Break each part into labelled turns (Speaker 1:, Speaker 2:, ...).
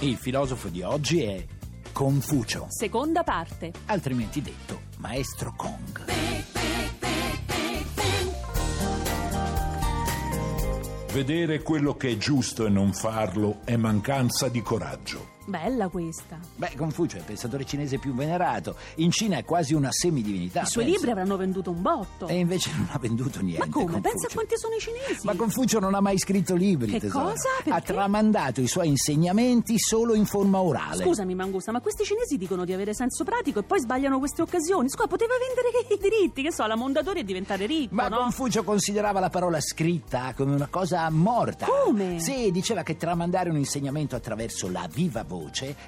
Speaker 1: Il filosofo di oggi è Confucio,
Speaker 2: Seconda parte.
Speaker 1: altrimenti detto Maestro Kong.
Speaker 3: Vedere quello che è giusto e non farlo è mancanza di coraggio.
Speaker 2: Bella questa.
Speaker 1: Beh, Confucio è il pensatore cinese più venerato. In Cina è quasi una semidivinità.
Speaker 2: I suoi
Speaker 1: Ah, pensa.
Speaker 2: libri avranno venduto un botto.
Speaker 1: E invece non ha venduto niente.
Speaker 2: Ma come? Pensa a
Speaker 1: Confucio.
Speaker 2: quanti sono i cinesi.
Speaker 1: Ma Confucio non ha mai scritto libri,
Speaker 2: Che
Speaker 1: tesoro.
Speaker 2: cosa? Perché?
Speaker 1: Ha tramandato i suoi insegnamenti solo in forma orale.
Speaker 2: Scusami Mangusta, ma questi cinesi dicono di avere senso pratico e poi sbagliano queste occasioni. Scusa, poteva vendere i diritti, che so, alla Mondadori e diventare ricco,
Speaker 1: Ma
Speaker 2: no?
Speaker 1: Confucio considerava la parola scritta come una cosa morta.
Speaker 2: Come?
Speaker 1: Sì, diceva che tramandare un insegnamento attraverso la viva voce,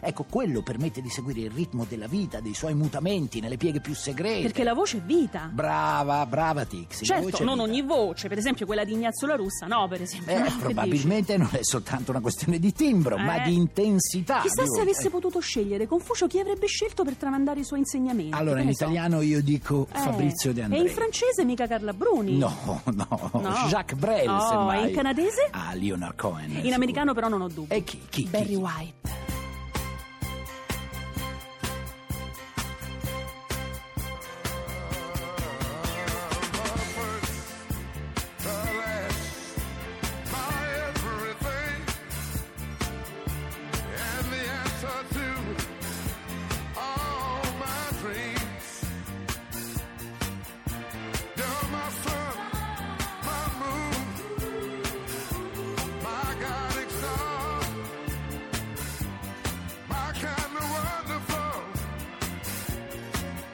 Speaker 1: ecco, quello permette di seguire il ritmo della vita, dei suoi mutamenti nelle pieghe più segrete.
Speaker 2: Perché la voce è vita.
Speaker 1: Brava, brava Tixi. la voce
Speaker 2: certo,
Speaker 1: è
Speaker 2: non
Speaker 1: vita.
Speaker 2: ogni voce, per esempio quella di Ignazio La Russa, no, per esempio. no,
Speaker 1: Eh,
Speaker 2: che dici?
Speaker 1: probabilmente non è soltanto una questione di timbro,
Speaker 2: Eh.
Speaker 1: ma di intensità.
Speaker 2: Chissà
Speaker 1: di
Speaker 2: se
Speaker 1: voce.
Speaker 2: avesse potuto scegliere Confucio chi avrebbe scelto per tramandare i suoi insegnamenti.
Speaker 1: Eh, Allora,
Speaker 2: che
Speaker 1: in
Speaker 2: ne so.
Speaker 1: italiano io dico
Speaker 2: Eh,
Speaker 1: Fabrizio De André.
Speaker 2: E in francese mica Carla Bruni.
Speaker 1: No, no,
Speaker 2: No.
Speaker 1: Jacques Brel,
Speaker 2: Oh,
Speaker 1: semmai.
Speaker 2: e in canadese?
Speaker 1: Ah, Leonard Cohen.
Speaker 2: In
Speaker 1: sicuro.
Speaker 2: americano però non ho dubbi.
Speaker 1: E chi? chi, chi?
Speaker 2: Barry
Speaker 1: chi?
Speaker 2: White.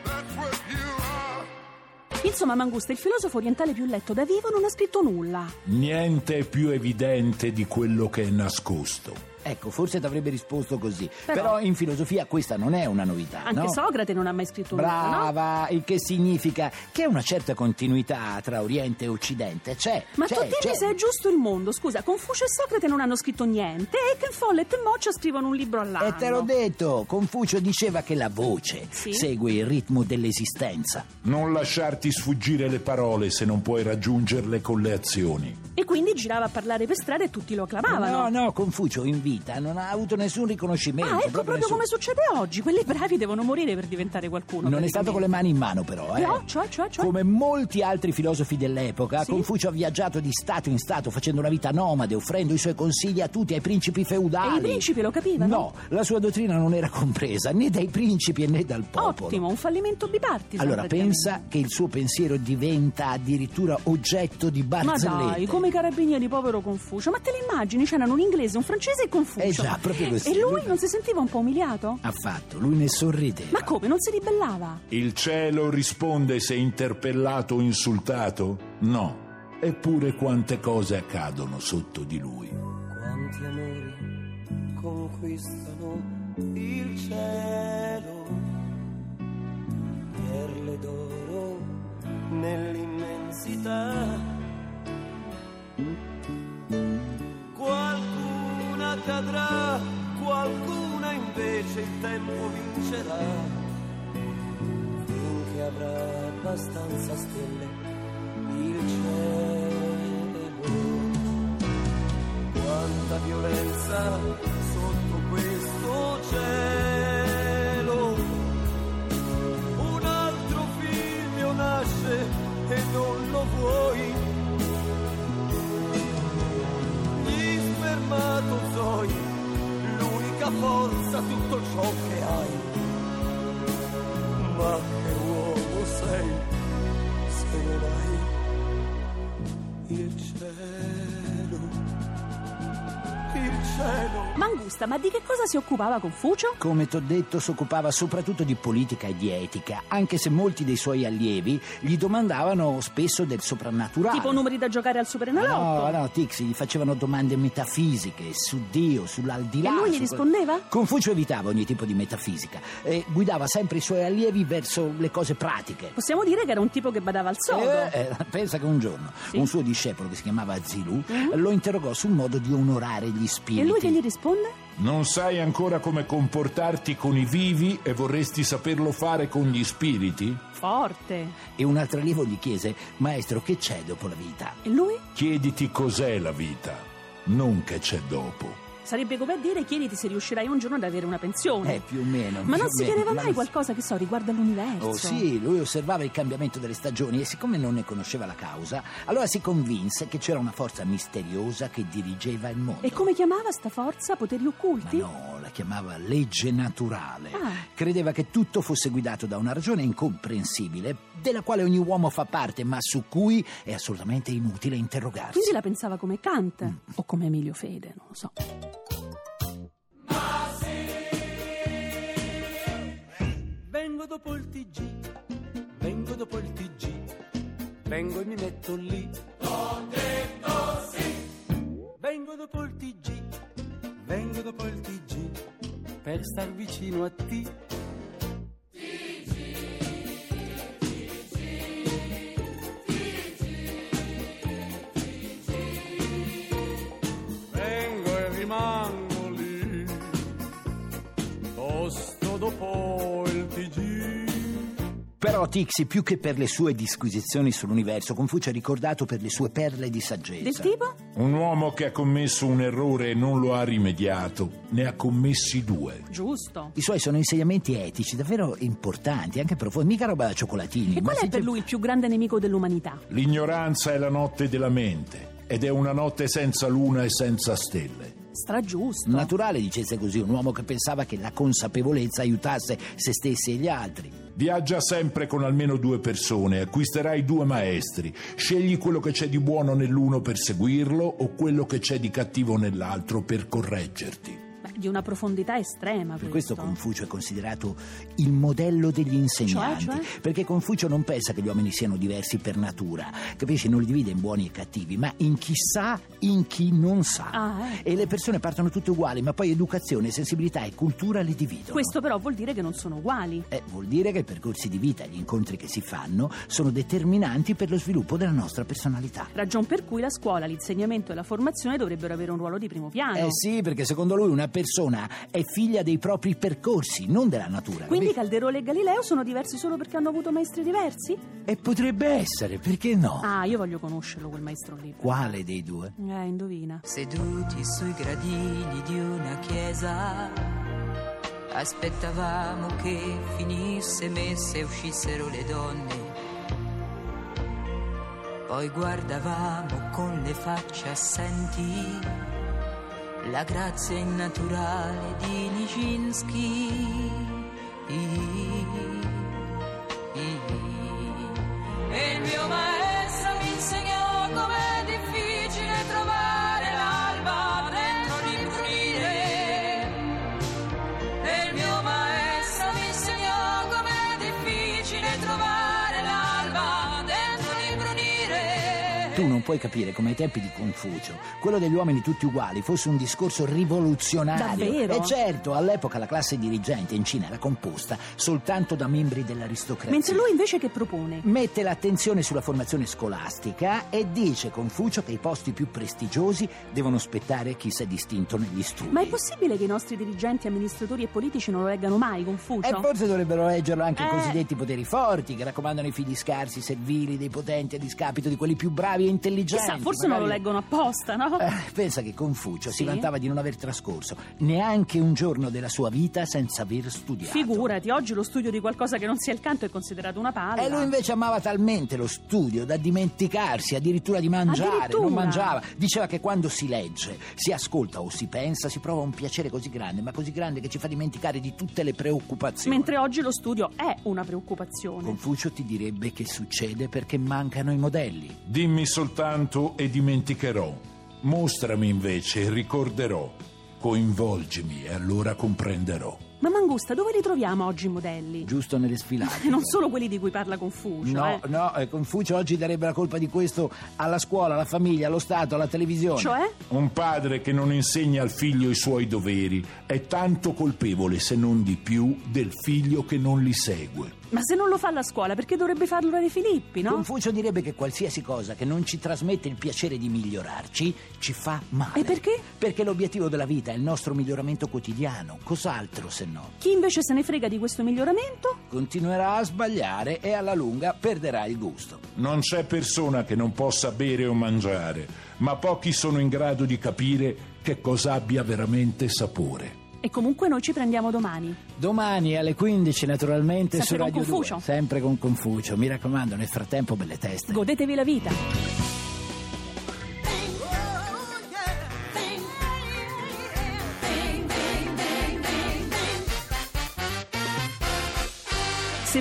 Speaker 4: That's what you are.
Speaker 2: Insomma, Mangusta, il filosofo orientale più letto da vivo, non ha scritto nulla.
Speaker 3: Niente è più evidente di quello che è nascosto.
Speaker 1: Ecco, forse ti avrebbe risposto così.
Speaker 2: Però-
Speaker 1: Però, in filosofia questa non è una novità.
Speaker 2: Anche
Speaker 1: no?
Speaker 2: Socrate non ha mai scritto nulla, no?
Speaker 1: Brava, il che significa che una certa continuità tra Oriente e Occidente c'è.
Speaker 2: Ma
Speaker 1: c'è,
Speaker 2: tu dimmi
Speaker 1: c'è.
Speaker 2: se è giusto il mondo. Scusa, Confucio e Socrate non hanno scritto niente e che Follett e Moccia scrivono un libro all'anno.
Speaker 1: E te l'ho detto, Confucio diceva che la voce
Speaker 2: Sì.
Speaker 1: segue il ritmo dell'esistenza.
Speaker 3: Non lasciarti sfuggire le parole se non puoi raggiungerle con le azioni.
Speaker 2: E quindi girava a parlare per strada e tutti lo acclamavano.
Speaker 1: No, no, Confucio in vita non ha avuto nessun riconoscimento.
Speaker 2: Ah, ecco, proprio
Speaker 1: nessun-
Speaker 2: come succede oggi. Quelli bravi devono morire per diventare qualcuno.
Speaker 1: Non è stato con le mani in mano, però, eh.
Speaker 2: No, cioè, cioè, cioè.
Speaker 1: Come molti altri filosofi dell'epoca,
Speaker 2: Sì.
Speaker 1: Confucio ha viaggiato di stato in stato facendo una vita nomade, offrendo i suoi consigli a tutti, ai principi feudali.
Speaker 2: E i principi lo capivano?
Speaker 1: No, la sua dottrina non era compresa né dai principi né dal popolo.
Speaker 2: Ottimo, un fallimento bipartisan.
Speaker 1: Allora,
Speaker 2: praticamente.
Speaker 1: pensa che il suo pensiero diventa addirittura oggetto di
Speaker 2: Ma
Speaker 1: barzellette.
Speaker 2: dai, come i carabinieri, povero Confucio. Ma te li immagini? C'erano un inglese, un francese e Confucio.
Speaker 1: Eh già, proprio così.
Speaker 2: E lui non si sentiva un po' umiliato?
Speaker 1: Affatto, lui ne sorrideva.
Speaker 2: Ma come? Non si ribellava?
Speaker 3: Il cielo risponde se interpellato o insultato? No. Eppure quante cose accadono sotto di lui.
Speaker 5: Quanti amori conquistano il cielo, perle d'oro nell'immensità. Qualcuna cadrà, qualcuna invece il tempo vincerà, finché avrà abbastanza stelle il cielo quanta violenza sotto questo cielo. Un altro figlio nasce e non lo vuoi. Gli spermatozoi, l'unica forza, tutto ciò che hai. Ma che uomo sei se non hai il cielo? il cielo.
Speaker 2: Mangusta, ma di che cosa si occupava Confucio?
Speaker 1: Come t'ho detto, si occupava soprattutto di politica e di etica, anche se molti dei suoi allievi gli domandavano spesso del soprannaturale.
Speaker 2: Tipo numeri da giocare al superenalotto?
Speaker 1: Ah. No, no, Tix, gli facevano domande metafisiche su Dio, sull'aldilà.
Speaker 2: E lui gli
Speaker 1: su-
Speaker 2: rispondeva?
Speaker 1: Confucio evitava ogni tipo di metafisica e guidava sempre i suoi allievi verso le cose pratiche.
Speaker 2: Possiamo dire che era un tipo che badava al sodo.
Speaker 1: Eh, eh, pensa che un giorno
Speaker 2: Sì. Mm-hmm.
Speaker 1: un suo discepolo che si chiamava Zilù lo interrogò sul modo di onorare gli spiriti.
Speaker 2: e lui che gli risponde?
Speaker 3: Non sai ancora come comportarti con i vivi e vorresti saperlo fare con gli spiriti?
Speaker 2: Forte.
Speaker 1: E un altro allievo gli chiese: Maestro, che c'è dopo la vita?
Speaker 2: E lui?
Speaker 3: Chiediti cos'è la vita, non che c'è dopo.
Speaker 2: Sarebbe come a dire chiediti se riuscirai un giorno ad avere una pensione.
Speaker 1: Eh, più o meno.
Speaker 2: Ma
Speaker 1: più
Speaker 2: non
Speaker 1: o
Speaker 2: si
Speaker 1: meno.
Speaker 2: chiedeva
Speaker 1: Ma
Speaker 2: mai
Speaker 1: non-
Speaker 2: qualcosa che so riguardo all'universo?
Speaker 1: Oh sì, lui osservava il cambiamento delle stagioni e siccome non ne conosceva la causa, allora si convinse che c'era una forza misteriosa che dirigeva il mondo.
Speaker 2: E come chiamava sta forza? Poteri
Speaker 1: Ma
Speaker 2: occulti?
Speaker 1: no, la chiamava legge naturale.
Speaker 2: Ah.
Speaker 1: Credeva che tutto fosse guidato da una ragione incomprensibile, della quale ogni uomo fa parte, ma su cui è assolutamente inutile interrogarsi.
Speaker 2: Quindi la pensava come Kant
Speaker 1: Mm.
Speaker 2: o come Emilio Fede, non lo so.
Speaker 5: Vengo dopo il TG, vengo dopo il TG, vengo e mi metto lì. Ho detto sì. Vengo dopo il TG, vengo dopo il TG, per star vicino a te. Vengo e rimango lì posto dopo il TG.
Speaker 1: Però Tixi, più che per le sue disquisizioni sull'universo, Confucio è ricordato per le sue perle di
Speaker 2: Del
Speaker 1: saggezza.
Speaker 2: tipo?
Speaker 3: Un uomo che ha commesso un errore e non lo ha rimediato, ne ha commessi due.
Speaker 2: Giusto.
Speaker 1: I suoi sono insegnamenti etici davvero importanti, anche profondi, mica roba da cioccolatini.
Speaker 2: E
Speaker 1: ma
Speaker 2: qual è
Speaker 1: si-
Speaker 2: per lui il più grande nemico dell'umanità?
Speaker 3: L'ignoranza è la notte della mente ed è una notte senza luna e senza stelle.
Speaker 2: Stragiusto.
Speaker 1: Naturale dicesse così un uomo che pensava che la consapevolezza aiutasse se stessi e gli altri.
Speaker 3: Viaggia sempre con almeno due persone, acquisterai due maestri, scegli quello che c'è di buono nell'uno per seguirlo o quello che c'è di cattivo nell'altro per correggerti.
Speaker 2: Beh, di una profondità estrema
Speaker 1: Per questo Confucio è considerato il modello degli insegnanti,
Speaker 2: Cioè, cioè?
Speaker 1: perché Confucio non pensa che gli uomini siano diversi per natura, capisci? Non li divide in buoni e cattivi, ma in chi sa, in chi non sa.
Speaker 2: Ah, ecco.
Speaker 1: E le persone partono tutte uguali, ma poi educazione, sensibilità e cultura li dividono.
Speaker 2: Questo però vuol dire che non sono uguali.
Speaker 1: Eh, vuol dire che i percorsi di vita e gli incontri che si fanno sono determinanti per lo sviluppo della nostra personalità.
Speaker 2: Ragion per cui la scuola, l'insegnamento e la formazione dovrebbero avere un ruolo di primo piano.
Speaker 1: Eh sì, perché secondo lui una persona è figlia dei propri percorsi, non della natura.
Speaker 2: Quindi
Speaker 1: capisci?
Speaker 2: Calderone e Galileo sono diversi solo perché hanno avuto maestri diversi?
Speaker 1: E potrebbe essere, perché no?
Speaker 2: Ah, io voglio conoscerlo quel maestro lì.
Speaker 1: Quale dei due?
Speaker 2: Eh, indovina.
Speaker 6: Seduti sui gradini di una chiesa, aspettavamo che finisse messa e uscissero le donne. Poi guardavamo con le facce assenti la grazia innaturale di Nijinsky. E il mio maestro mi insegnò com'è difficile trovare l'alba dentro l'imbrunire. E il mio maestro mi insegnò com'è difficile trovare l'alba dentro l'imbrunire.
Speaker 1: Tu non puoi capire come ai tempi di Confucio, quello degli uomini tutti uguali fosse un discorso rivoluzionario.
Speaker 2: Davvero?
Speaker 1: E certo, all'epoca la classe dirigente in Cina era composta soltanto da membri dell'aristocrazia.
Speaker 2: Mentre lui invece che propone?
Speaker 1: Mette l'attenzione sulla formazione scolastica e dice Confucio che i posti più prestigiosi devono spettare a chi si è distinto negli studi.
Speaker 2: Ma è possibile che i nostri dirigenti, amministratori e politici non lo leggano mai,
Speaker 1: E
Speaker 2: Confucio?
Speaker 1: forse dovrebbero leggerlo anche i
Speaker 2: Eh.
Speaker 1: cosiddetti poteri forti, che raccomandano i figli scarsi, servili, dei potenti a discapito di quelli più bravi e intelligenti.
Speaker 2: Chissà, forse non lo
Speaker 1: magari-
Speaker 2: leggono apposta, no?
Speaker 1: Eh, pensa che Confucio
Speaker 2: Sì?
Speaker 1: si vantava di non aver trascorso neanche un giorno della sua vita senza aver studiato.
Speaker 2: Figurati, oggi lo studio di qualcosa che non sia il canto è considerato una palla.
Speaker 1: E lui invece amava talmente lo studio da dimenticarsi addirittura di mangiare,
Speaker 2: Addirittura?
Speaker 1: non mangiava. Diceva che quando si legge, si ascolta o si pensa, si prova un piacere così grande, ma così grande che ci fa dimenticare di tutte le preoccupazioni.
Speaker 2: Mentre oggi lo studio è una preoccupazione.
Speaker 1: Confucio ti direbbe che succede perché mancano i modelli.
Speaker 3: Dimmi soltanto e dimenticherò. Mostrami invece e ricorderò. Coinvolgimi e allora comprenderò.
Speaker 2: Ma Mangusta, dove li troviamo oggi i modelli? Eh,
Speaker 1: Giusto nelle sfilate.
Speaker 2: Non solo quelli di cui parla Confucio,
Speaker 1: No,
Speaker 2: eh.
Speaker 1: no, eh, Confucio oggi darebbe la colpa di questo alla scuola, alla famiglia, allo Stato, alla televisione.
Speaker 2: Cioè?
Speaker 3: Un padre che non insegna al figlio i suoi doveri è tanto colpevole, se non di più, del figlio che non li segue.
Speaker 2: Ma se non lo fa alla scuola, perché dovrebbe farlo Re Filippi, no?
Speaker 1: Confucio direbbe che qualsiasi cosa che non ci trasmette il piacere di migliorarci ci fa male.
Speaker 2: E perché?
Speaker 1: Perché l'obiettivo della vita è il nostro miglioramento quotidiano, cos'altro se no?
Speaker 2: Chi invece se ne frega di questo miglioramento?
Speaker 1: Continuerà a sbagliare e alla lunga perderà il gusto.
Speaker 3: Non c'è persona che non possa bere o mangiare, ma pochi sono in grado di capire che cosa abbia veramente sapore.
Speaker 2: E comunque noi ci prendiamo domani.
Speaker 1: Domani alle 15 naturalmente
Speaker 2: Sempre
Speaker 1: su
Speaker 2: con
Speaker 1: Radio 2.
Speaker 2: Confucio.
Speaker 1: Sempre con Confucio. Mi raccomando, nel frattempo belle teste.
Speaker 2: Godetevi la vita. Se